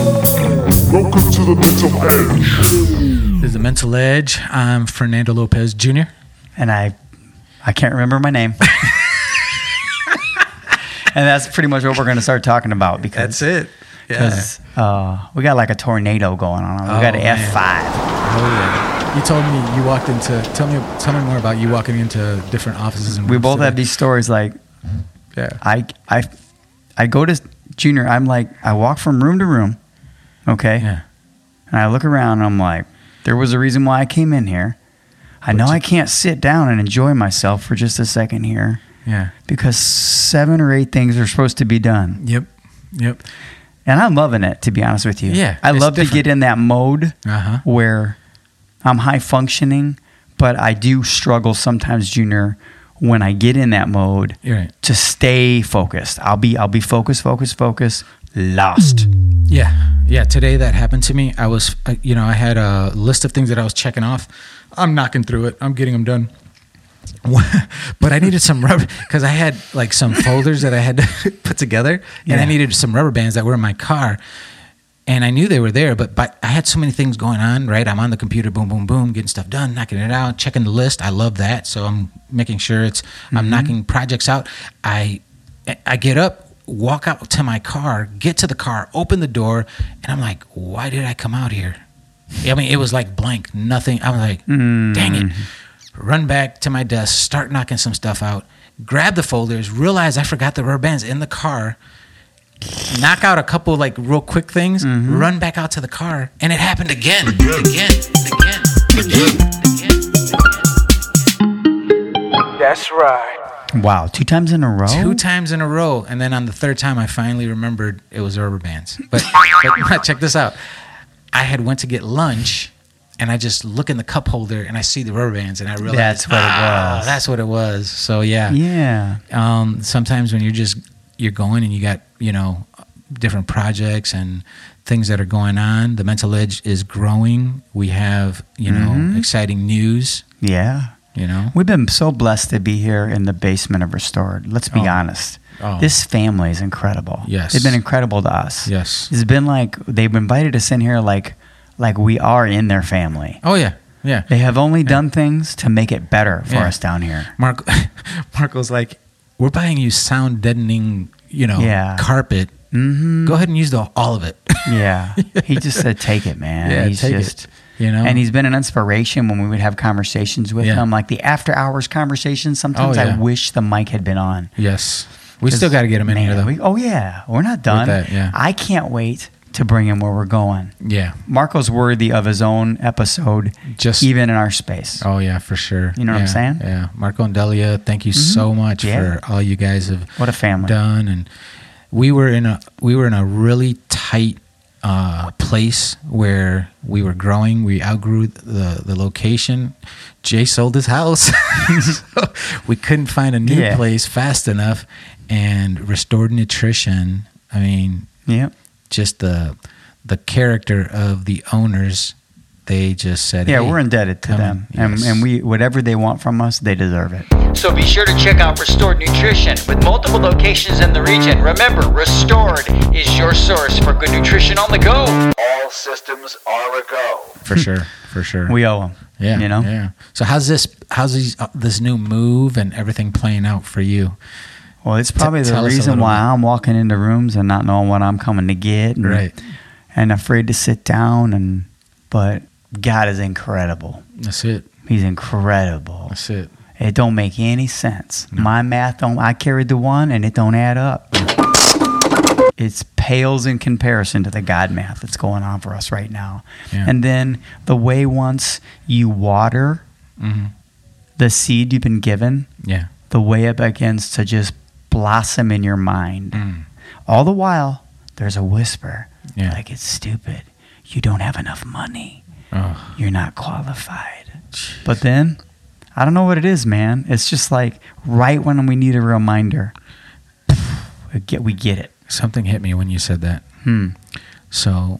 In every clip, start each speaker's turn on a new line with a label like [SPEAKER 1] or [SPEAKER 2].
[SPEAKER 1] Welcome to the Mental Edge.
[SPEAKER 2] This is the Mental Edge. I'm Fernando Lopez Jr.
[SPEAKER 3] and I I can't remember my name. and that's pretty much what we're going to start talking about because
[SPEAKER 2] That's it. Yeah.
[SPEAKER 3] 'cause, uh, we got like a tornado going on. We got
[SPEAKER 2] Oh,
[SPEAKER 3] an
[SPEAKER 2] man.
[SPEAKER 3] F five.
[SPEAKER 2] Oh yeah. You told me you walked into. Tell me. Tell me more about you walking into different offices. And
[SPEAKER 3] We
[SPEAKER 2] rooms
[SPEAKER 3] both have
[SPEAKER 2] today.
[SPEAKER 3] these stories like
[SPEAKER 2] Yeah.
[SPEAKER 3] I I I go to junior. I'm like I walk from room to room, okay,
[SPEAKER 2] Yeah.
[SPEAKER 3] and I look around. and I'm like, there was a reason why I came in here. I know I can't sit down and enjoy myself for just a second here
[SPEAKER 2] Yeah.
[SPEAKER 3] because seven or eight things are supposed to be done.
[SPEAKER 2] Yep. Yep.
[SPEAKER 3] And I'm loving it, to be honest with you.
[SPEAKER 2] Yeah,
[SPEAKER 3] I
[SPEAKER 2] it's
[SPEAKER 3] love to
[SPEAKER 2] different.
[SPEAKER 3] get in that mode
[SPEAKER 2] Uh-huh.
[SPEAKER 3] where I'm high functioning, but I do struggle sometimes, Junior, when I get in that mode
[SPEAKER 2] You're right.
[SPEAKER 3] to stay focused. I'll be I'll be focused, focused, focused, lost.
[SPEAKER 2] Yeah, yeah. Today that happened to me. I was, I- you know, I had a list of things that I was checking off. I'm knocking through it. I'm getting them done. but I needed some rubber because I had like some folders that I had to put together, and I
[SPEAKER 3] Yeah.
[SPEAKER 2] needed some rubber bands that were in my car. And I knew they were there, but, but I had so many things going on, right? I'm on the computer, boom, boom, boom, getting stuff done, knocking it out, checking the list. I love that. So I'm making sure it's, I'm knocking projects out. I, I get up, walk out to my car, get to the car, open the door, and I'm like, why did I come out here? I mean, it was like blank, nothing. I was like, dang it. Run back to my desk, start knocking some stuff out, grab the folders, realize I forgot the rubber bands in the car, knock out a couple like real quick things,
[SPEAKER 3] Mm-hmm.
[SPEAKER 2] run back out to the car, and it happened again, again, again, again, again.
[SPEAKER 3] Wow, two times in a row.
[SPEAKER 2] Two times in a row, and then on the third time, I finally remembered it was rubber bands. But, but check this out: I had went to get lunch, and I just look in the cup holder, and I see the rubber bands, and I realize
[SPEAKER 3] That's what it
[SPEAKER 2] "Ah,
[SPEAKER 3] was."
[SPEAKER 2] That's what it was. So yeah,
[SPEAKER 3] yeah.
[SPEAKER 2] um, sometimes when you're just you're going and you got you know different projects and things that are going on, the mental edge is growing. We have you know
[SPEAKER 3] Mm-hmm.
[SPEAKER 2] exciting news.
[SPEAKER 3] Yeah.
[SPEAKER 2] You know,
[SPEAKER 3] We've been so blessed to be here in the basement of Restored. Let's be
[SPEAKER 2] Oh.
[SPEAKER 3] honest.
[SPEAKER 2] Oh.
[SPEAKER 3] This family is incredible.
[SPEAKER 2] Yes.
[SPEAKER 3] They've been incredible to us.
[SPEAKER 2] yes.
[SPEAKER 3] It's been like they've invited us in here like like we are in their family.
[SPEAKER 2] Oh yeah, yeah.
[SPEAKER 3] They have only done things to make it better for
[SPEAKER 2] Yeah.
[SPEAKER 3] us down here.
[SPEAKER 2] Mark, Marco's like, we're buying you sound deadening, you know,
[SPEAKER 3] Yeah.
[SPEAKER 2] carpet. Mm-hmm. Go ahead and use the, all of it.
[SPEAKER 3] Yeah. he just said take it, man.
[SPEAKER 2] Yeah,
[SPEAKER 3] he's
[SPEAKER 2] take it,
[SPEAKER 3] just
[SPEAKER 2] you know?
[SPEAKER 3] And he's been an inspiration when we would have conversations with
[SPEAKER 2] Yeah. Oh,
[SPEAKER 3] him, like the after hours conversations. Sometimes
[SPEAKER 2] yeah.
[SPEAKER 3] I wish the mic had been on.
[SPEAKER 2] yes, we still got to get him in
[SPEAKER 3] Man,
[SPEAKER 2] here though.
[SPEAKER 3] we- oh yeah. We're not done.
[SPEAKER 2] that, yeah.
[SPEAKER 3] I can't wait to bring him where we're going.
[SPEAKER 2] yeah.
[SPEAKER 3] Marco's worthy of his own episode
[SPEAKER 2] Just-
[SPEAKER 3] even in our space.
[SPEAKER 2] Oh yeah, for sure.
[SPEAKER 3] You know what I'm
[SPEAKER 2] Yeah,
[SPEAKER 3] saying? Mm-hmm.
[SPEAKER 2] Yeah, Marco and Delia, thank you so much
[SPEAKER 3] Yeah.
[SPEAKER 2] for all you guys have
[SPEAKER 3] What a family.
[SPEAKER 2] done. And we were in a we were in a really tight uh, place where we were growing. We outgrew the the location. Jay sold his house, so we couldn't find a new
[SPEAKER 3] Yeah.
[SPEAKER 2] place fast enough. And restored nutrition. I mean,
[SPEAKER 3] Yep.
[SPEAKER 2] just the the character of the owners. They just said,
[SPEAKER 3] Yeah,
[SPEAKER 2] "Hey,
[SPEAKER 3] we're indebted to
[SPEAKER 2] come
[SPEAKER 3] them,
[SPEAKER 2] in."
[SPEAKER 3] and,
[SPEAKER 2] Yes.
[SPEAKER 3] and we whatever they want from us, they deserve it.
[SPEAKER 4] So be sure to check out Restored Nutrition with multiple locations in the region. Remember, Restored is your source for good nutrition on the go.
[SPEAKER 1] All systems are a go.
[SPEAKER 2] for sure, for sure.
[SPEAKER 3] We owe them.
[SPEAKER 2] Yeah,
[SPEAKER 3] you know.
[SPEAKER 2] Yeah. So how's this? How's these, uh, this new move and everything playing out for you?
[SPEAKER 3] Well, it's probably the
[SPEAKER 2] tell us a
[SPEAKER 3] reason
[SPEAKER 2] little
[SPEAKER 3] why
[SPEAKER 2] bit.
[SPEAKER 3] I'm walking into rooms and not knowing what I'm coming to get, and,
[SPEAKER 2] Right.
[SPEAKER 3] and afraid to sit down. And but God is incredible.
[SPEAKER 2] That's it.
[SPEAKER 3] He's incredible.
[SPEAKER 2] That's it.
[SPEAKER 3] It don't make any sense. My math don't. I carried the one, and it don't add up. It's pales in comparison to the God math that's going on for us right now.
[SPEAKER 2] Yeah.
[SPEAKER 3] And then the way once you water
[SPEAKER 2] hmm
[SPEAKER 3] the seed you've been given,
[SPEAKER 2] Yeah.
[SPEAKER 3] the way it begins to just blossom in your mind. All the while, there's a whisper
[SPEAKER 2] Yeah.
[SPEAKER 3] like, it's stupid. You don't have enough money.
[SPEAKER 2] Oh,
[SPEAKER 3] You're not qualified. But then, I don't know what it is, man. It's just like right when we need a reminder, we get, we get it.
[SPEAKER 2] something hit me when you said that.
[SPEAKER 3] Hmm.
[SPEAKER 2] So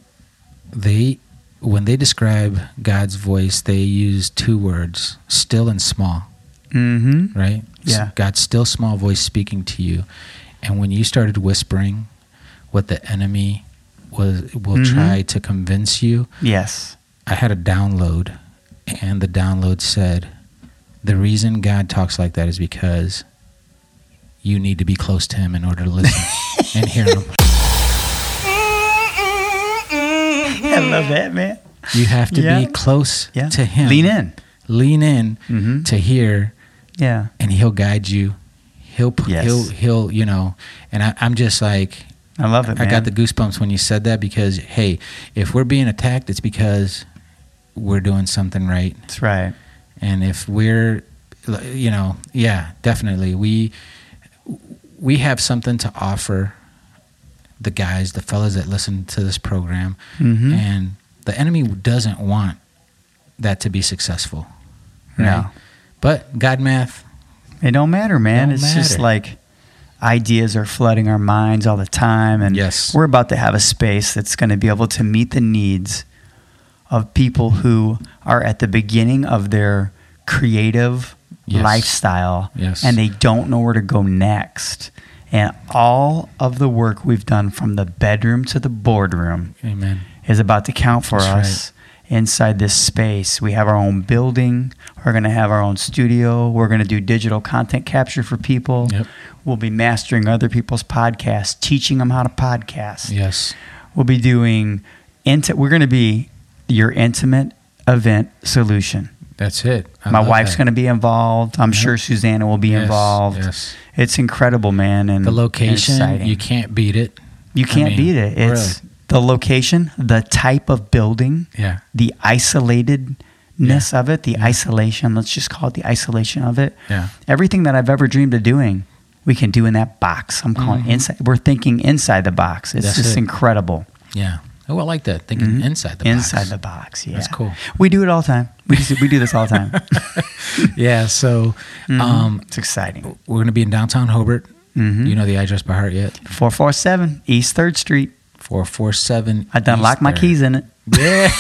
[SPEAKER 2] they, when they describe God's voice, they use two words: still and small.
[SPEAKER 3] Mm hmm.
[SPEAKER 2] Right.
[SPEAKER 3] Yeah.
[SPEAKER 2] God's still small voice speaking to you, And when you started whispering what the enemy was will
[SPEAKER 3] Mhm.
[SPEAKER 2] try to convince you,
[SPEAKER 3] Yes.
[SPEAKER 2] I had a download, and the download said, "The reason God talks like that is because you need to be close to Him in order to listen and hear Him.
[SPEAKER 3] I love that, man.
[SPEAKER 2] You have to
[SPEAKER 3] Yeah.
[SPEAKER 2] be close
[SPEAKER 3] Yeah.
[SPEAKER 2] to Him.
[SPEAKER 3] Lean in.
[SPEAKER 2] lean in
[SPEAKER 3] Mhm.
[SPEAKER 2] to hear,
[SPEAKER 3] Yeah.
[SPEAKER 2] and He'll guide you. He'll p-
[SPEAKER 3] Yes.
[SPEAKER 2] he'll he'll you know." And I, I'm just like,
[SPEAKER 3] I love it,
[SPEAKER 2] I
[SPEAKER 3] man.
[SPEAKER 2] got the goosebumps when you said that because hey, if we're being attacked, it's because we're doing something right.
[SPEAKER 3] That's right.
[SPEAKER 2] and if we're you know yeah definitely we we have something to offer the guys the fellas that listen to this program
[SPEAKER 3] Mhm.
[SPEAKER 2] and the enemy doesn't want that to be successful
[SPEAKER 3] No.
[SPEAKER 2] but god math
[SPEAKER 3] It don't matter, man.
[SPEAKER 2] Don't
[SPEAKER 3] it's just
[SPEAKER 2] matter.
[SPEAKER 3] like ideas are flooding our minds all the time, and
[SPEAKER 2] Yes.
[SPEAKER 3] we're about to have a space that's going to be able to meet the needs of people who are at the beginning of their creative
[SPEAKER 2] Yes.
[SPEAKER 3] lifestyle,
[SPEAKER 2] Yes.
[SPEAKER 3] and they don't know where to go next. And all of the work we've done from the bedroom to the boardroom
[SPEAKER 2] amen
[SPEAKER 3] is about to count for
[SPEAKER 2] That's
[SPEAKER 3] us inside this space. We have our own building. We're going to have our own studio. We're going to do digital content capture for people.
[SPEAKER 2] Yep.
[SPEAKER 3] We'll be mastering other people's podcasts, teaching them how to podcast.
[SPEAKER 2] yes
[SPEAKER 3] We'll be doing, inti- we're going to be your intimate event solution.
[SPEAKER 2] that's it I
[SPEAKER 3] My
[SPEAKER 2] love
[SPEAKER 3] wife's
[SPEAKER 2] that.
[SPEAKER 3] going to be involved. I'm
[SPEAKER 2] Yep.
[SPEAKER 3] sure Susanna will be
[SPEAKER 2] Yes,
[SPEAKER 3] involved.
[SPEAKER 2] yes.
[SPEAKER 3] It's incredible, man. And
[SPEAKER 2] the
[SPEAKER 3] and
[SPEAKER 2] location
[SPEAKER 3] exciting.
[SPEAKER 2] you can't beat it
[SPEAKER 3] You
[SPEAKER 2] I
[SPEAKER 3] can't
[SPEAKER 2] mean,
[SPEAKER 3] beat it. It's the location, the type of building,
[SPEAKER 2] Yeah.
[SPEAKER 3] the isolatedness of it, the isolation. Let's just call it the isolation of it.
[SPEAKER 2] Yeah.
[SPEAKER 3] Everything that I've ever dreamed of doing, we can do in that box. I'm calling it inside. We're thinking inside the box. It's
[SPEAKER 2] Mm-hmm. That's
[SPEAKER 3] just
[SPEAKER 2] it.
[SPEAKER 3] incredible.
[SPEAKER 2] yeah oh i like that thinking inside the
[SPEAKER 3] Mm-hmm. inside
[SPEAKER 2] box.
[SPEAKER 3] the box. Yeah.
[SPEAKER 2] That's cool.
[SPEAKER 3] We do it all the time. We, just, we do this all the time.
[SPEAKER 2] yeah so
[SPEAKER 3] Mm-hmm.
[SPEAKER 2] um
[SPEAKER 3] it's exciting.
[SPEAKER 2] we're going to be in downtown hobart
[SPEAKER 3] Mhm.
[SPEAKER 2] you know the address by heart yet
[SPEAKER 3] 447 East 3rd Street.
[SPEAKER 2] Four four seven.
[SPEAKER 3] I done locked my keys in it.
[SPEAKER 2] Yeah.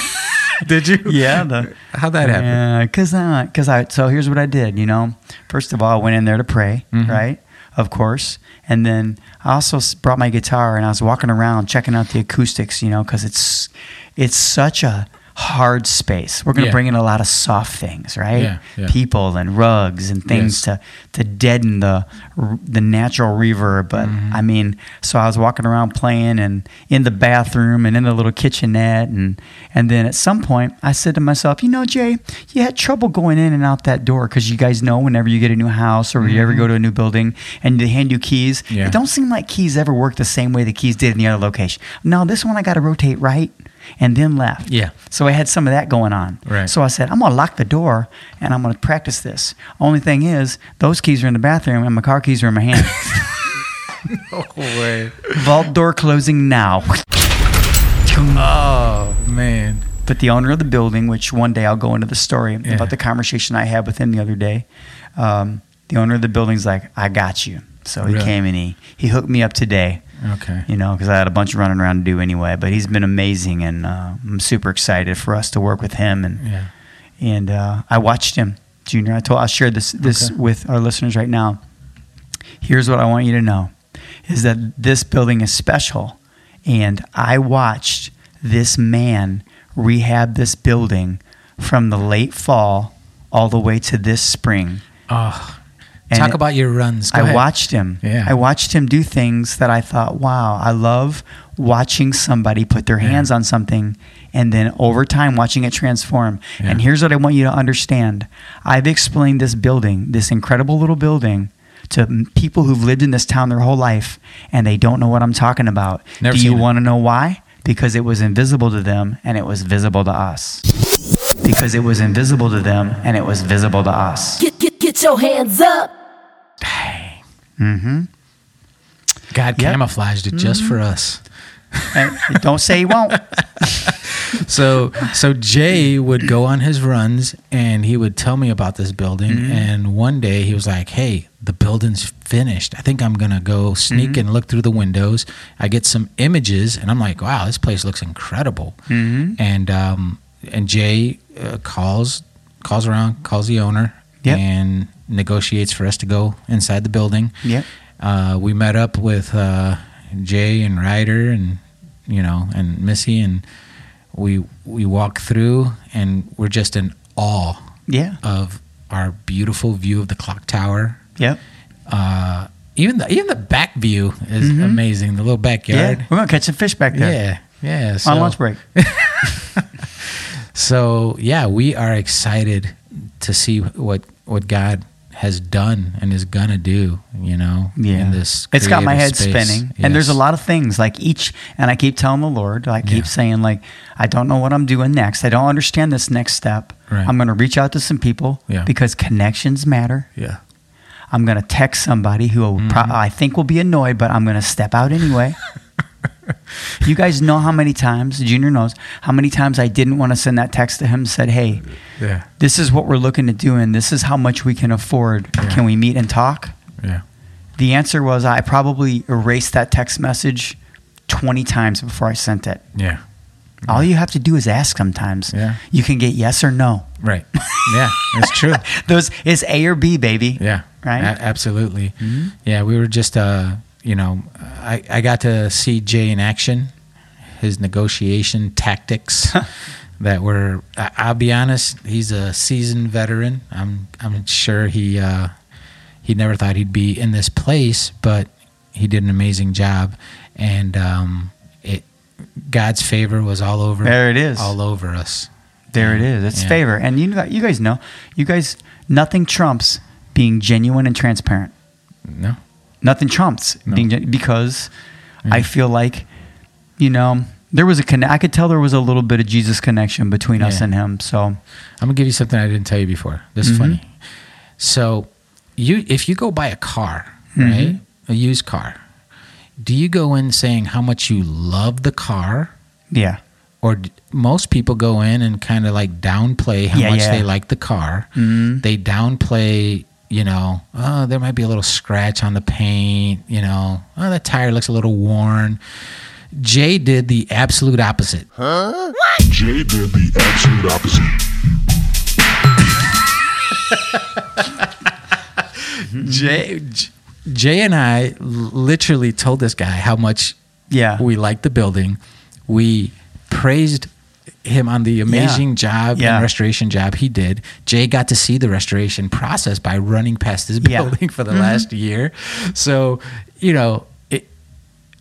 [SPEAKER 2] Did you?
[SPEAKER 3] Yeah. The,
[SPEAKER 2] How'd that happen?
[SPEAKER 3] Yeah, because I, cause I, so here's what I did, you know. First of all, I went in there to pray,
[SPEAKER 2] Mm-hmm.
[SPEAKER 3] right? Of course. And then I also s- brought my guitar and I was walking around checking out the acoustics, you know, because it's, it's such a hard space. We're going to
[SPEAKER 2] Yeah.
[SPEAKER 3] bring in a lot of soft things, right?
[SPEAKER 2] Yeah, yeah.
[SPEAKER 3] People and rugs and things
[SPEAKER 2] Yes.
[SPEAKER 3] to, to deaden the, r- the natural reverb. But
[SPEAKER 2] Mm-hmm.
[SPEAKER 3] I mean, so I was walking around playing and in the bathroom and in the little kitchenette. And, and then at some point, I said to myself, you know, Jay, you had trouble going in and out that door because you guys know whenever you get a new house or you ever go to a new building and they hand you keys,
[SPEAKER 2] Mm-hmm. Yeah.
[SPEAKER 3] it don't seem like keys ever work the same way the keys did in the other location. No, this one I got to rotate right and then left.
[SPEAKER 2] Yeah.
[SPEAKER 3] So I had some of that going on.
[SPEAKER 2] Right.
[SPEAKER 3] So I said, I'm going to lock the door and I'm going to practice this. Only thing is, those keys are in the bathroom and my car keys are in my hand. Vault door closing now.
[SPEAKER 2] Oh man.
[SPEAKER 3] But the owner of the building, which one day I'll go into the story
[SPEAKER 2] Yeah.
[SPEAKER 3] about the conversation I had with him the other day, um, the owner of the building's like, I got you. So he
[SPEAKER 2] Really?
[SPEAKER 3] came and he, he hooked me up today.
[SPEAKER 2] Okay.
[SPEAKER 3] you know, because I had a bunch running around to do anyway. But he's been amazing, and uh, I'm super excited for us to work with him. And
[SPEAKER 2] Yeah.
[SPEAKER 3] and uh, I watched him, Junior. I told I shared this this
[SPEAKER 2] Okay.
[SPEAKER 3] with our listeners right now. Here's what I want you to know: is that this building is special, and I watched this man rehab this building from the late fall all the way to this spring.
[SPEAKER 2] Oh.
[SPEAKER 3] And
[SPEAKER 2] Talk
[SPEAKER 3] it-
[SPEAKER 2] about your runs. Go
[SPEAKER 3] I
[SPEAKER 2] ahead.
[SPEAKER 3] watched him.
[SPEAKER 2] Yeah.
[SPEAKER 3] I watched him do things that I thought, wow, I love watching somebody put their hands on something and then over time watching it transform.
[SPEAKER 2] Yeah.
[SPEAKER 3] And here's what I want you to understand I've explained this building, this incredible little building. To m- people who've lived in this town their whole life and they don't know what I'm talking about.
[SPEAKER 2] Never
[SPEAKER 3] Do you
[SPEAKER 2] seen it.
[SPEAKER 3] want to know why? Because it was invisible to them and it was visible to us. Because it was invisible to them and it was visible to us.
[SPEAKER 5] Get, get, get your hands up.
[SPEAKER 2] God
[SPEAKER 3] Yep. Mm-hmm.
[SPEAKER 2] camouflaged it just for us.
[SPEAKER 3] And don't say he won't.
[SPEAKER 2] So so Jay would go on his runs and he would tell me about this building
[SPEAKER 3] Mm-hmm.
[SPEAKER 2] and one day he was like, "Hey, the building's finished. I think I'm going to go sneak
[SPEAKER 3] Mm-hmm.
[SPEAKER 2] and look through the windows." I get some images and I'm like, "Wow, this place looks incredible."
[SPEAKER 3] Mm-hmm.
[SPEAKER 2] And um and Jay uh, calls calls around, calls the owner
[SPEAKER 3] Yep.
[SPEAKER 2] and negotiates for us to go inside the building.
[SPEAKER 3] Yep.
[SPEAKER 2] Uh, we met up with uh, Jay and Ryder and you know and Missy and we we walk through and we're just in awe
[SPEAKER 3] Yeah.
[SPEAKER 2] of our beautiful view of the clock tower.
[SPEAKER 3] Yep.
[SPEAKER 2] Uh, even the even the back view is
[SPEAKER 3] Mm-hmm.
[SPEAKER 2] amazing. The little
[SPEAKER 3] Yeah.
[SPEAKER 2] backyard.
[SPEAKER 3] We're gonna catch some fish back there.
[SPEAKER 2] Yeah. Yeah. So,
[SPEAKER 3] On lunch break.
[SPEAKER 2] So yeah, we are excited to see what what God has done and is gonna do. You know,
[SPEAKER 3] Yeah.
[SPEAKER 2] in this
[SPEAKER 3] it's got my head
[SPEAKER 2] creative space.
[SPEAKER 3] spinning. And there's a
[SPEAKER 2] Yes.
[SPEAKER 3] lot of things like each and I keep telling the Lord, I keep
[SPEAKER 2] Yeah.
[SPEAKER 3] saying like I don't know what I'm doing next. I don't understand this next step.
[SPEAKER 2] Right.
[SPEAKER 3] I'm going to reach out to some people
[SPEAKER 2] Yeah.
[SPEAKER 3] because connections matter.
[SPEAKER 2] Yeah.
[SPEAKER 3] I'm going to text somebody who will pro-
[SPEAKER 2] Mm-hmm.
[SPEAKER 3] I think will be annoyed, but I'm going to step out anyway. you guys know how many times Junior knows how many times I didn't want to send that text to him. Said, "Hey,
[SPEAKER 2] Yeah.
[SPEAKER 3] this is what we're looking to do, and this is how much we can afford. Can we meet and talk?"
[SPEAKER 2] Yeah.
[SPEAKER 3] The answer was I probably erased that text message 20 times before I sent it.
[SPEAKER 2] Yeah.
[SPEAKER 3] All you have to do is ask sometimes.
[SPEAKER 2] Yeah.
[SPEAKER 3] You can get yes or no.
[SPEAKER 2] Right. Yeah. That's true.
[SPEAKER 3] Those is A or B, baby.
[SPEAKER 2] Yeah.
[SPEAKER 3] Right? Mm-hmm.
[SPEAKER 2] A- absolutely. Yeah. We were just, uh, you know, I, I got to see Jay in action, his negotiation tactics that were, I, I'll be honest, he's a seasoned veteran. I'm, I'm sure he, uh, he never thought he'd be in this place, but he did an amazing job. And, um, it, God's favor was all over.
[SPEAKER 3] There it is.
[SPEAKER 2] All over us.
[SPEAKER 3] There it is. It's
[SPEAKER 2] Yeah.
[SPEAKER 3] favor. And you know- you guys know, you guys nothing trumps being genuine and transparent.
[SPEAKER 2] No.
[SPEAKER 3] Nothing trumps being gen- because I feel like you know, there was a connect I could tell there was a little bit of Jesus connection between us
[SPEAKER 2] Yeah.
[SPEAKER 3] and him. So,
[SPEAKER 2] I'm gonna give you something I didn't tell you before. This is funny. So, you if you go buy a car, right, a used car, do you go in saying how much you love the car,
[SPEAKER 3] yeah.
[SPEAKER 2] or d- most people go in and kind of like downplay how
[SPEAKER 3] Yeah,
[SPEAKER 2] much
[SPEAKER 3] yeah. Mm-hmm.
[SPEAKER 2] they like the car? They downplay, you know, oh, there might be a little scratch on the paint, you know, oh, that tire looks a little worn. Jay did the absolute opposite.
[SPEAKER 6] Jay did the absolute opposite.
[SPEAKER 2] Jay, J- Jay and I l- literally told this guy how much
[SPEAKER 3] Yeah.
[SPEAKER 2] we liked the building. We praised him on the amazing job
[SPEAKER 3] Yeah.
[SPEAKER 2] and restoration job he did. Jay got to see the restoration process by running past this
[SPEAKER 3] Yeah. Mm-hmm.
[SPEAKER 2] building for the last year. So, you know, it,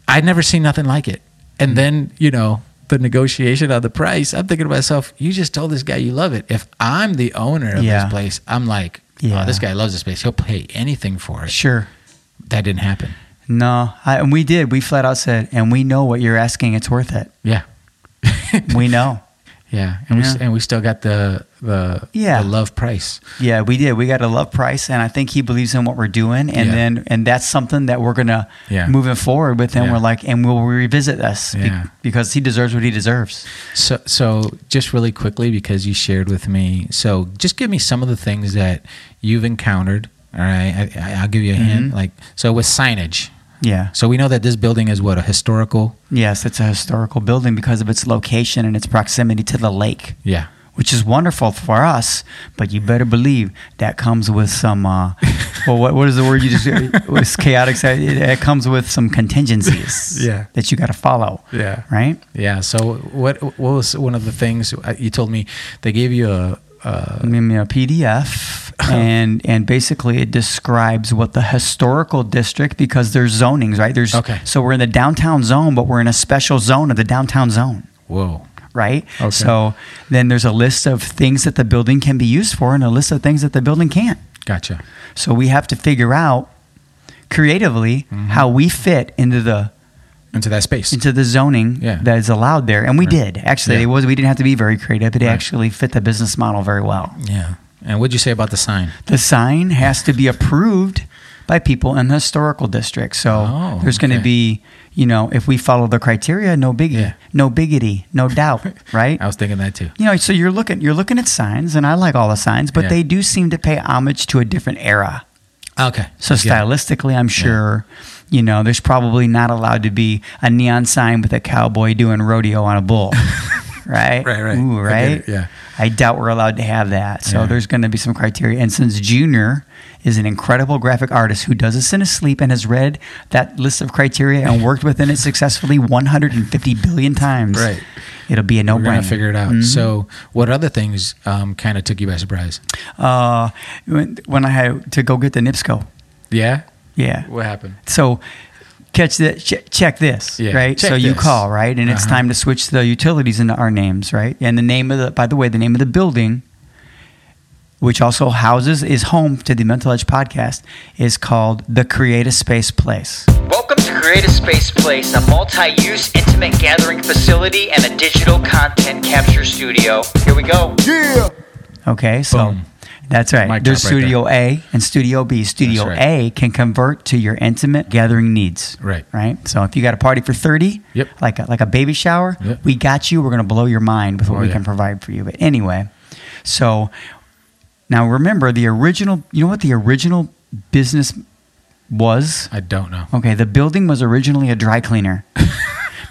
[SPEAKER 2] I'd never seen nothing like it.
[SPEAKER 3] Mm.
[SPEAKER 2] And then, you know, the negotiation on the price, I'm thinking to myself, you just told this guy you love it. If I'm the owner of
[SPEAKER 3] Yeah.
[SPEAKER 2] this place, I'm like,
[SPEAKER 3] Yeah.
[SPEAKER 2] oh, this guy loves this place. He'll pay anything for it.
[SPEAKER 3] Sure.
[SPEAKER 2] That didn't happen.
[SPEAKER 3] No, I, and we did. We flat out said, and we know what you're asking. It's worth it.
[SPEAKER 2] Yeah.
[SPEAKER 3] We know.
[SPEAKER 2] Yeah, and we
[SPEAKER 3] Yeah.
[SPEAKER 2] and we still got the the
[SPEAKER 3] Yeah.
[SPEAKER 2] the love price.
[SPEAKER 3] yeah, we did. We got a love price, and I think he believes in what we're doing. And
[SPEAKER 2] Yeah.
[SPEAKER 3] then, and that's something that we're gonna
[SPEAKER 2] Yeah.
[SPEAKER 3] moving forward with him.
[SPEAKER 2] Yeah.
[SPEAKER 3] We're like, and we'll revisit this be-
[SPEAKER 2] Yeah.
[SPEAKER 3] because he deserves what he deserves.
[SPEAKER 2] So so just really quickly because you shared with me. So just give me some of the things that you've encountered. All right, I, I, I'll give you a
[SPEAKER 3] Mm-hmm.
[SPEAKER 2] hint. Like so with signage.
[SPEAKER 3] Yeah.
[SPEAKER 2] So we know that this building is what a historical.
[SPEAKER 3] Yes, it's a historical building because of its location and its proximity to the lake,
[SPEAKER 2] Yeah.
[SPEAKER 3] which is wonderful for us. But you better believe that comes with some. Uh, well, what, what is the word you just? It was chaotic. so It, it comes with some contingencies.
[SPEAKER 2] Yeah.
[SPEAKER 3] That you got to follow.
[SPEAKER 2] Yeah.
[SPEAKER 3] Right.
[SPEAKER 2] Yeah. So what what was one of the things uh, you told me? They gave you a. a
[SPEAKER 3] I mean, a PDF, and and basically it describes what the historical district because there's zonings, right? There's
[SPEAKER 2] Okay.
[SPEAKER 3] So we're in the downtown zone, but we're in a special zone of the downtown zone,
[SPEAKER 2] whoa.
[SPEAKER 3] right?
[SPEAKER 2] Okay.
[SPEAKER 3] So then there's a list of things that the building can be used for, and a list of things that the building can't.
[SPEAKER 2] Gotcha.
[SPEAKER 3] So we have to figure out creatively
[SPEAKER 2] Mm-hmm.
[SPEAKER 3] how we fit into the
[SPEAKER 2] Into that space.
[SPEAKER 3] into the zoning
[SPEAKER 2] Yeah.
[SPEAKER 3] that is allowed there, and we did actually.
[SPEAKER 2] Yeah.
[SPEAKER 3] It was we didn't have to be very creative; it actually fit the business model very well.
[SPEAKER 2] yeah. And what'd you say about the sign?
[SPEAKER 3] the sign has to be approved by people in the historical district. So
[SPEAKER 2] Oh,
[SPEAKER 3] there's going to
[SPEAKER 2] okay.
[SPEAKER 3] be, you know, if we follow the criteria, no biggie,
[SPEAKER 2] Yeah.
[SPEAKER 3] no biggity, no doubt, right?
[SPEAKER 2] I was thinking that too.
[SPEAKER 3] You know, so you're looking you're looking at signs, and I like all the signs, but
[SPEAKER 2] Yeah.
[SPEAKER 3] they do seem to pay homage to a different era.
[SPEAKER 2] Okay.
[SPEAKER 3] So
[SPEAKER 2] Yeah.
[SPEAKER 3] stylistically, I'm sure, you know, there's probably not allowed to be a neon sign with a cowboy doing rodeo on a bull, right?
[SPEAKER 2] Right, right.
[SPEAKER 3] Ooh,
[SPEAKER 2] I get
[SPEAKER 3] right?
[SPEAKER 2] it, yeah.
[SPEAKER 3] I doubt we're allowed to have that. So
[SPEAKER 2] Yeah.
[SPEAKER 3] there's going to be some criteria. And since Junior is an incredible graphic artist who does this in his sleep and has read that list of criteria and worked within it successfully 150 billion times,
[SPEAKER 2] Right.
[SPEAKER 3] it'll be
[SPEAKER 2] We're
[SPEAKER 3] a
[SPEAKER 2] gonna
[SPEAKER 3] no-brainer.
[SPEAKER 2] figure it
[SPEAKER 3] Mm-hmm.
[SPEAKER 2] out. So, what other things um, kind of took you by surprise?
[SPEAKER 3] Uh, when, when I had to go get the Nipsco.
[SPEAKER 2] Yeah.
[SPEAKER 3] Yeah.
[SPEAKER 2] What happened?
[SPEAKER 3] So catch this, ch- check this,
[SPEAKER 2] Yeah,
[SPEAKER 3] right?
[SPEAKER 2] check
[SPEAKER 3] so you
[SPEAKER 2] this.
[SPEAKER 3] call, right? And it's
[SPEAKER 2] Uh-huh.
[SPEAKER 3] time to switch the utilities into our names, right? And the name of the, by the way, the name of the building, which also houses, is home to the Mental Edge podcast, is called the Create a Space Place.
[SPEAKER 4] Welcome to Create a Space Place, a multi use intimate gathering facility and a digital content capture studio. Here we go.
[SPEAKER 3] Okay, so
[SPEAKER 2] Boom.
[SPEAKER 3] that's right.
[SPEAKER 2] Mic
[SPEAKER 3] There's
[SPEAKER 2] drop right
[SPEAKER 3] Studio A and Studio B. Studio
[SPEAKER 2] That's right.
[SPEAKER 3] A can convert to your intimate gathering needs.
[SPEAKER 2] Right.
[SPEAKER 3] Right. So if you got a party for thirty,
[SPEAKER 2] Yep.
[SPEAKER 3] like a, like a baby shower,
[SPEAKER 2] Yep.
[SPEAKER 3] we got you. We're gonna blow your mind with what
[SPEAKER 2] Oh,
[SPEAKER 3] we
[SPEAKER 2] yeah.
[SPEAKER 3] can provide for you. But anyway, so now remember the original. You know what the original business was?
[SPEAKER 2] I don't know.
[SPEAKER 3] Okay, the building was originally a dry cleaner.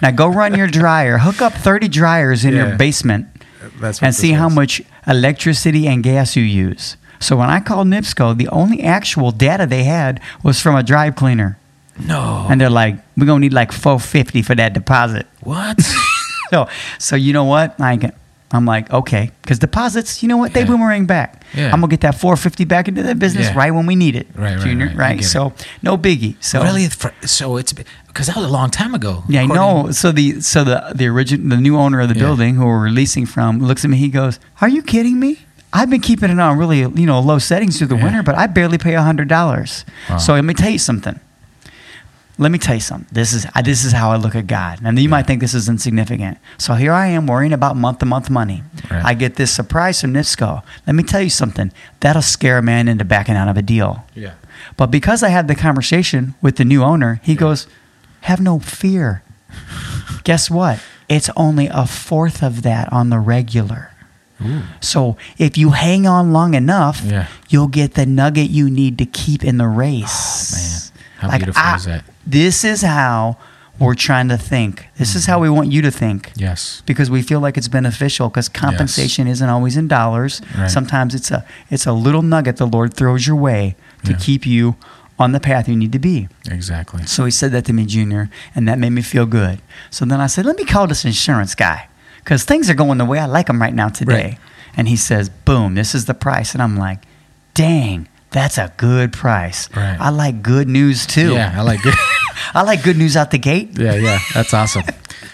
[SPEAKER 3] now go run your dryer, hook up 30 dryers in
[SPEAKER 2] Yeah.
[SPEAKER 3] your basement,
[SPEAKER 2] That's what
[SPEAKER 3] and
[SPEAKER 2] this
[SPEAKER 3] see how
[SPEAKER 2] was.
[SPEAKER 3] much electricity and gas you use. So when I called NIPSCO, the only actual data they had was from a dry cleaner.
[SPEAKER 2] No.
[SPEAKER 3] And they're like, we're going to need like 450 for that deposit.
[SPEAKER 2] What?
[SPEAKER 3] So, so you know what? I can, I'm like, okay, because deposits, you know what? They
[SPEAKER 2] Yeah.
[SPEAKER 3] boomerang back.
[SPEAKER 2] Yeah.
[SPEAKER 3] I'm going to get that 450 back into that business
[SPEAKER 2] Yeah.
[SPEAKER 3] right when we need it.
[SPEAKER 2] Right, right,
[SPEAKER 3] Junior,
[SPEAKER 2] right. I get it.
[SPEAKER 3] So no biggie. So
[SPEAKER 2] really? For, so it's because that was a long time ago.
[SPEAKER 3] yeah, I
[SPEAKER 2] According-
[SPEAKER 3] know. So the so the the original the new owner of the
[SPEAKER 2] Yeah.
[SPEAKER 3] building who we're releasing from looks at me. He goes, "Are you kidding me? I've been keeping it on really you know low settings through the
[SPEAKER 2] Yeah.
[SPEAKER 3] winter, but I barely pay hundred dollars.
[SPEAKER 2] Wow.
[SPEAKER 3] So let me tell you something. Let me tell you something. This is I- this is how I look at God. And you might think this is insignificant. So here I am worrying about month to month money.
[SPEAKER 2] Right.
[SPEAKER 3] I get this surprise from Nipsco. Let me tell you something. That'll scare a man into backing out of a deal.
[SPEAKER 2] Yeah.
[SPEAKER 3] But because I had the conversation with the new owner, he goes, Have no fear. Guess what? It's only a fourth of that on the regular. So if you hang on long enough,
[SPEAKER 2] Yeah.
[SPEAKER 3] you'll get the nugget you need to keep in the race.
[SPEAKER 2] man. How beautiful is that?
[SPEAKER 3] This is how we're trying to think. This is
[SPEAKER 2] Mm-hmm.
[SPEAKER 3] how we want you to think
[SPEAKER 2] Yes.
[SPEAKER 3] because we feel like it's beneficial because compensation isn't always in dollars
[SPEAKER 2] Right.
[SPEAKER 3] sometimes it's a it's a little nugget the lord throws your way to
[SPEAKER 2] Yeah.
[SPEAKER 3] keep you on the path you need to be
[SPEAKER 2] Exactly.
[SPEAKER 3] so he said that to me junior and that made me feel good so then i said let me call this insurance guy because things are going the way i like them right now today
[SPEAKER 2] Right.
[SPEAKER 3] and he says boom this is the price and i'm like dang that's a good price
[SPEAKER 2] Right.
[SPEAKER 3] i like good news too
[SPEAKER 2] Yeah, I like it.
[SPEAKER 3] i like good news out the gate
[SPEAKER 2] yeah, yeah. That's awesome.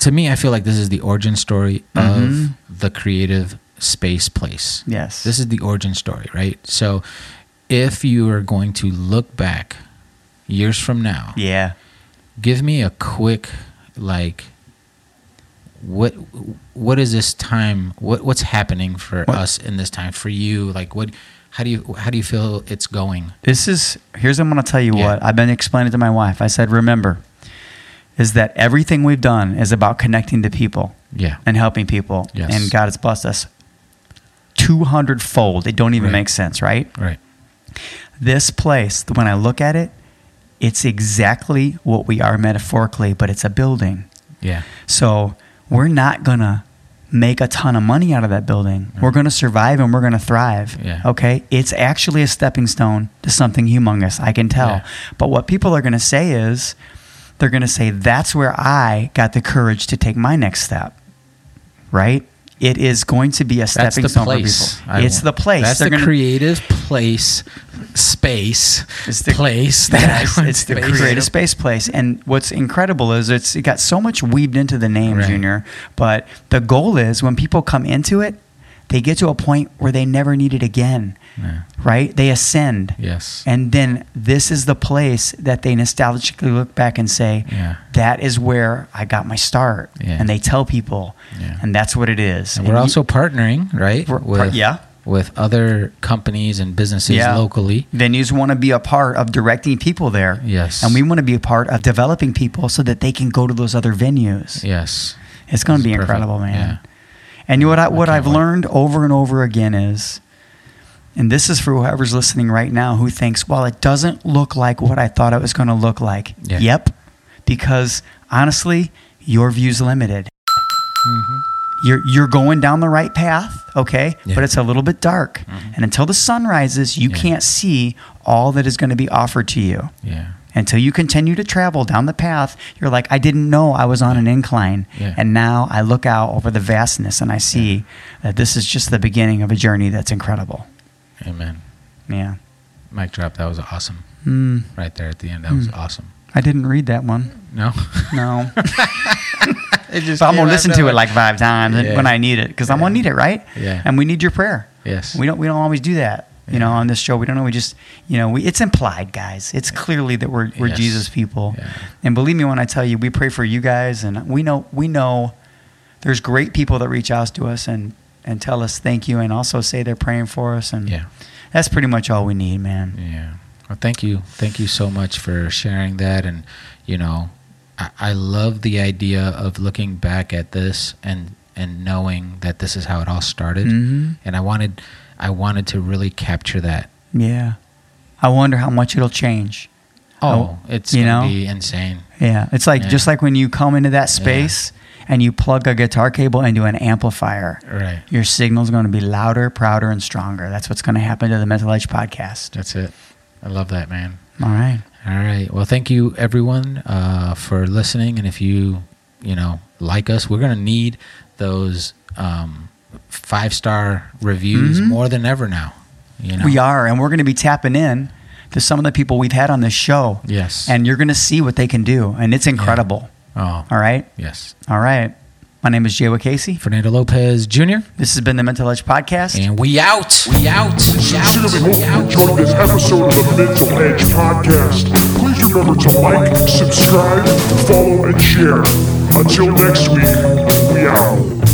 [SPEAKER 2] to me, I feel like this is the origin story of the creative space place.
[SPEAKER 3] Mm-hmm. yes
[SPEAKER 2] This is the origin story, right? So if you are going to look back years from now,
[SPEAKER 3] yeah
[SPEAKER 2] give me a quick like what what is this time what what's happening for us in this time for you like what how do you how do you feel it's going
[SPEAKER 3] This is here's what I'm going to tell you
[SPEAKER 2] Yeah.
[SPEAKER 3] what I've been explaining to my wife. I said, remember, is that everything we've done is about connecting to people
[SPEAKER 2] yeah
[SPEAKER 3] and helping people,
[SPEAKER 2] Yes.
[SPEAKER 3] and God has blessed us two hundred fold. It don't even
[SPEAKER 2] Right.
[SPEAKER 3] make sense, right?
[SPEAKER 2] right
[SPEAKER 3] This place, when I look at it, it's exactly what we are metaphorically, but it's a building.
[SPEAKER 2] yeah
[SPEAKER 3] So we're not gonna make a ton of money out of that building. We're gonna survive and we're gonna thrive.
[SPEAKER 2] Yeah.
[SPEAKER 3] Okay. It's actually a stepping stone to something humongous. I can tell.
[SPEAKER 2] Yeah.
[SPEAKER 3] But what people are gonna say is they're gonna say that's where I got the courage to take my next step. Right? It is going to be a
[SPEAKER 2] that's
[SPEAKER 3] stepping
[SPEAKER 2] the
[SPEAKER 3] stone
[SPEAKER 2] place
[SPEAKER 3] for
[SPEAKER 2] I
[SPEAKER 3] people. It's
[SPEAKER 2] want.
[SPEAKER 3] the place.
[SPEAKER 2] that's
[SPEAKER 3] They're
[SPEAKER 2] the
[SPEAKER 3] gonna-
[SPEAKER 2] creative place space
[SPEAKER 3] It's the-
[SPEAKER 2] place
[SPEAKER 3] Yeah, it's,
[SPEAKER 2] I-
[SPEAKER 3] it's the creative space place. And what's incredible is it's it got so much weaved into the name,
[SPEAKER 2] Right.
[SPEAKER 3] Junior. But the goal is when people come into it, they get to a point where they never need it again,
[SPEAKER 2] Yeah.
[SPEAKER 3] right? They ascend.
[SPEAKER 2] yes
[SPEAKER 3] And then this is the place that they nostalgically look back and say,
[SPEAKER 2] Yeah.
[SPEAKER 3] that is where I got my start.
[SPEAKER 2] Yeah.
[SPEAKER 3] And they tell people,
[SPEAKER 2] Yeah.
[SPEAKER 3] and that's what it is.
[SPEAKER 2] And we're
[SPEAKER 3] you-
[SPEAKER 2] also partnering, right?
[SPEAKER 3] We're par- yeah.
[SPEAKER 2] With other companies and businesses locally.
[SPEAKER 3] Venues want to be a part of directing people there.
[SPEAKER 2] Yes.
[SPEAKER 3] And we want to be a part of developing people so that they can go to those other venues.
[SPEAKER 2] Yes.
[SPEAKER 3] It's going to
[SPEAKER 2] This
[SPEAKER 3] be
[SPEAKER 2] is perfect.
[SPEAKER 3] incredible, man.
[SPEAKER 2] Yeah.
[SPEAKER 3] And you know what I, what
[SPEAKER 2] can't
[SPEAKER 3] I've
[SPEAKER 2] wait.
[SPEAKER 3] learned over and over again is and this is for whoever's listening right now who thinks, "Well, it doesn't look like what I thought it was going to look like."
[SPEAKER 2] Yeah.
[SPEAKER 3] Yep. Because honestly, your view's limited. you're you're going down the right path, okay?
[SPEAKER 2] Mm-hmm. Yeah. Mm-hmm.
[SPEAKER 3] But it's a little bit dark, and until the sun rises, you
[SPEAKER 2] Yeah.
[SPEAKER 3] can't see all that is going to be offered to you.
[SPEAKER 2] Yeah.
[SPEAKER 3] Until you continue to travel down the path, you're like, I didn't know I was on an incline.
[SPEAKER 2] Yeah.
[SPEAKER 3] And now I look out over the vastness and I see that this is just the beginning of a journey that's incredible.
[SPEAKER 2] Amen.
[SPEAKER 3] Yeah.
[SPEAKER 2] Mic drop. That was awesome.
[SPEAKER 3] Mm,
[SPEAKER 2] Right there at the end. That was
[SPEAKER 3] Hmm.
[SPEAKER 2] awesome.
[SPEAKER 3] I didn't read that one.
[SPEAKER 2] No.
[SPEAKER 3] No.
[SPEAKER 2] it just
[SPEAKER 3] But I'm
[SPEAKER 2] came
[SPEAKER 3] gonna
[SPEAKER 2] out
[SPEAKER 3] listen
[SPEAKER 2] that
[SPEAKER 3] to
[SPEAKER 2] way.
[SPEAKER 3] it like five times
[SPEAKER 2] Yeah.
[SPEAKER 3] when I need it because I'm gonna need it, right?
[SPEAKER 2] Yeah.
[SPEAKER 3] And we need your prayer.
[SPEAKER 2] Yes.
[SPEAKER 3] We don't. We don't always do that. You know, on this show, we don't know. We just, you know, we, it's implied, guys. It's clearly that we're, we're
[SPEAKER 2] Yes.
[SPEAKER 3] Jesus people,
[SPEAKER 2] Yeah.
[SPEAKER 3] and believe me when I tell you, we pray for you guys, and we know we know there's great people that reach out to us and and tell us thank you, and also say they're praying for us, and
[SPEAKER 2] Yeah.
[SPEAKER 3] that's pretty much all we need, man.
[SPEAKER 2] Yeah. Well, thank you. Thank you so much for sharing that. And, you know, I, I love the idea of looking back at this and, and knowing that this is how it all started.
[SPEAKER 3] Mhm.
[SPEAKER 2] And I wanted, I wanted to really capture that.
[SPEAKER 3] Yeah, I wonder how much it'll change.
[SPEAKER 2] Oh, it's
[SPEAKER 3] you
[SPEAKER 2] going to
[SPEAKER 3] know?
[SPEAKER 2] be insane.
[SPEAKER 3] Yeah, it's like
[SPEAKER 2] Yeah.
[SPEAKER 3] just like when you come into that space and you plug a guitar cable into an amplifier.
[SPEAKER 2] Right.
[SPEAKER 3] Your signal's going to be louder, prouder, and stronger. That's what's going to happen to the Mental Edge podcast.
[SPEAKER 2] That's it. I love that, man.
[SPEAKER 3] All right.
[SPEAKER 2] All right. Well, thank you everyone uh, for listening. And if you, you know, like us, we're gonna need those um, five star reviews more than ever now. You know,
[SPEAKER 3] Mm-hmm. We are, and we're going to be tapping in to some of the people we've had on this show.
[SPEAKER 2] Yes.
[SPEAKER 3] And you're going to see what they can do, and it's incredible.
[SPEAKER 2] Oh,
[SPEAKER 3] All right.
[SPEAKER 2] yes.
[SPEAKER 3] All right. My name is Jay Casey.
[SPEAKER 2] Fernando Lopez Jr.
[SPEAKER 3] This has been the Mental Edge podcast.
[SPEAKER 2] And we out. We out. We
[SPEAKER 6] Sincerely
[SPEAKER 2] out. We out.
[SPEAKER 6] hope you enjoyed this episode of the Mental Edge Podcast. Please remember to like, subscribe, follow, and share. Until next week, we out.